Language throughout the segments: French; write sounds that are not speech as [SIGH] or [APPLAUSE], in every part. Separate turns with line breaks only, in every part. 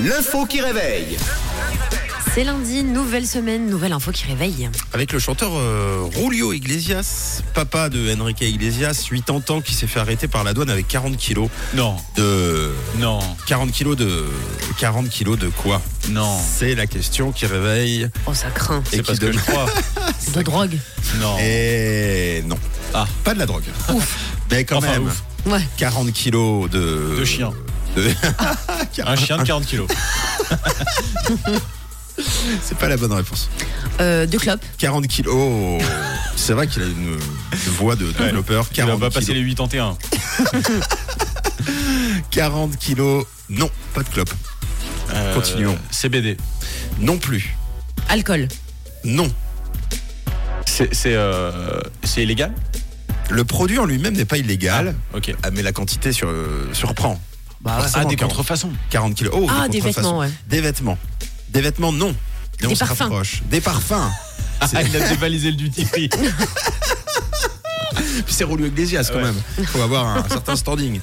L'info qui réveille.
C'est lundi, nouvelle semaine, nouvelle info qui réveille.
Avec le chanteur euh, Julio Iglesias, papa de Enrique Iglesias, 80 ans, qui s'est fait arrêter par la douane avec 40 kilos
Non,
de...
non,
40 kilos de... 40 kilos de quoi
non.
C'est la question qui réveille
Oh, ça craint.
et
C'est
qui
parce que
donne... [LAUGHS]
je crois.
De drogue.
Non.
Et non.
Ah.
Pas de la drogue. [LAUGHS] Mais quand
Enfin,
même,
ouf.
Ouais.
40 kilos de...
De chien. [LAUGHS]
de-
Un chien de 40 kilos.
C'est pas la bonne réponse.
Euh, de clopes.
40 kilos... C'est vrai qu'il a une, une voix de développeur.
Il va
40
pas passer
kilos.
les 81.
40 kilos... Non, pas de clope.
Euh,
Continuons.
CBD.
Non plus.
Alcool.
Non.
C'est c'est, euh, c'est illégal
Le produit en lui-même n'est pas illégal,
Ok. Ah,
ah, mais la quantité sur- euh, surprend. Ah,
Bah, ouais.
Forcément, 40,
contrefaçons.
40 kilos. Oh,
Ah, des
contrefaçons.
vêtements, ouais.
Des vêtements. Des vêtements, non. Mais
Des
on se
parfums.
rapproche. Des [LAUGHS] parfums.
Ah, il a dévalisé le
[LAUGHS]
duty free.
C'est Rolio Iglesias quand
Ouais.
même. Il faut avoir [LAUGHS] un certain standing.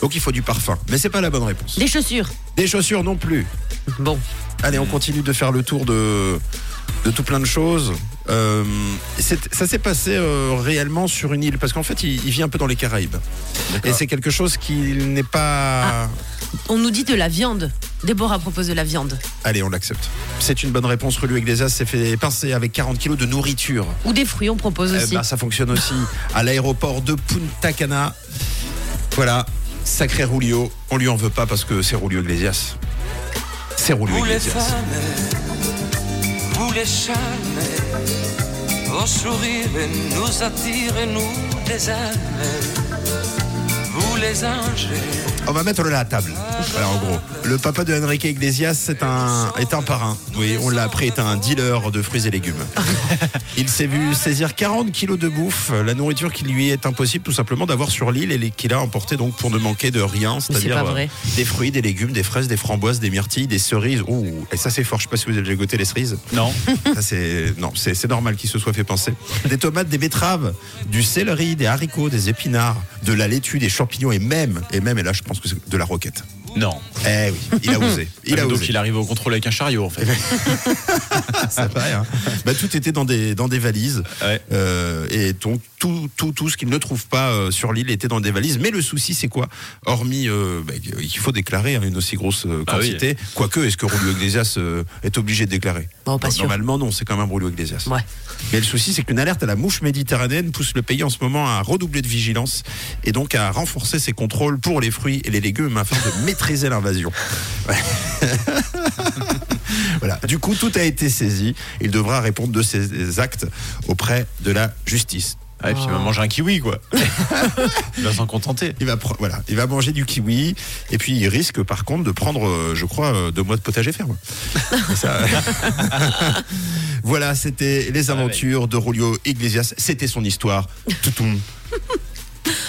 Donc il faut du parfum. Mais c'est pas la bonne réponse.
Des chaussures.
Des chaussures non plus.
Bon.
Allez, on continue de faire le tour de, de tout plein de choses. Euh, c'est- ça s'est passé euh, réellement sur une île, parce qu'en fait, il, il vit un peu dans les Caraïbes. Et c'est quelque chose qui n'est
Ah.
pas...
On nous dit de la viande. Déborah propose de la viande.
Allez, on l'accepte. C'est une bonne réponse. Relu Iglesias s'est fait pincer avec 40 kilos de nourriture.
Ou des fruits, on propose
Eh
aussi.
ben, ça fonctionne aussi à l'aéroport de Punta Cana. Voilà, sacré Rulio. On lui en veut pas parce que c'est Rulio Iglesias. C'est Rulio Iglesias.
Vous les charmer, vos sourires nous attirent, et nous les aimer. Vous les anges,
On va mettre le là à table. Voilà, en gros. Le papa de Enrique Iglesias c'est un, est un parrain. Oui, on l'a appris, est un dealer de fruits et
[LAUGHS]
légumes. Il s'est vu saisir 40 kilos de bouffe, la nourriture qui lui est impossible tout simplement d'avoir sur l'île et les- qu'il a emporté donc pour ne manquer de rien, c'est-à-dire
pas
euh,
vrai.
des fruits, des légumes, des fraises, des framboises, des myrtilles, des cerises. Ouh, et ça c'est fort. Je sais pas si vous avez déjà goûté les cerises.
Non.
Ça, c'est non, c'est c'est normal qu'il se soit fait penser. Des tomates, des betteraves, du céleri, des haricots, des épinards, de la laitue, des champignons et même et même et là je pense que c'est de la roquette.
Non.
Eh oui, il a osé. Il a
Donc
osé.
il arrive au contrôle avec un chariot en fait.
Ça va, hein. Bah, tout était dans des dans des valises.
Ouais.
Euh, et donc tout tout tout ce qu'il ne trouve pas euh, sur l'île était dans des valises. Mais le souci c'est quoi Hormis euh, bah, il faut déclarer hein, une aussi grosse euh,
Bah oui.
quantité. Quoique est-ce que Rulio Iglesias euh, est obligé de déclarer Bah,
Bon, pas sûr.
Normalement non, c'est quand même Rulio Iglesias.
Ouais.
Mais le souci, c'est qu'une alerte à la mouche méditerranéenne pousse le pays en ce moment à redoubler de vigilance et donc à renforcer ses contrôles pour les fruits et les légumes afin de [LAUGHS] maîtriser l'invasion. Ouais. voilà. Du coup, tout a été saisi. Il devra répondre de ses actes auprès de la justice.
Ah, et puis il va manger un kiwi
[LAUGHS]
quoi. Il va s'en contenter.
Il va, pro- voilà, il va manger du kiwi et puis il risque par contre de prendre, euh, je crois, euh, deux mois de potager
[LAUGHS]
ferme. Ça- euh, [LAUGHS] voilà, c'était les aventures de Julio Iglesias. C'était son histoire. Toutoum.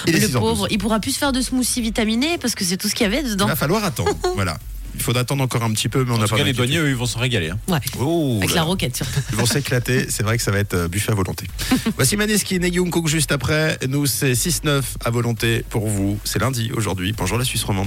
Il est
Le
6h12.
pauvre, il pourra plus se faire de smoothie vitaminé parce que c'est tout ce qu'il y avait
Il
dedans.
va falloir
[LAUGHS]
attendre. voilà. Il faudra attendre encore un petit peu, mais on
En
n'a
tout
pas
cas, les
d'inquiétude.
douaniers, eux, ils vont s'en régaler. hein.
Ouais.
Oh
Avec
là
la
là.
roquette surtout.
Ils vont s'éclater. C'est vrai que ça va être euh, buffet à
[LAUGHS]
volonté. Voici Maneskin et Young Kook juste après. Nous, c'est 6-9 à volonté pour vous. C'est lundi aujourd'hui. Bonjour la Suisse romande.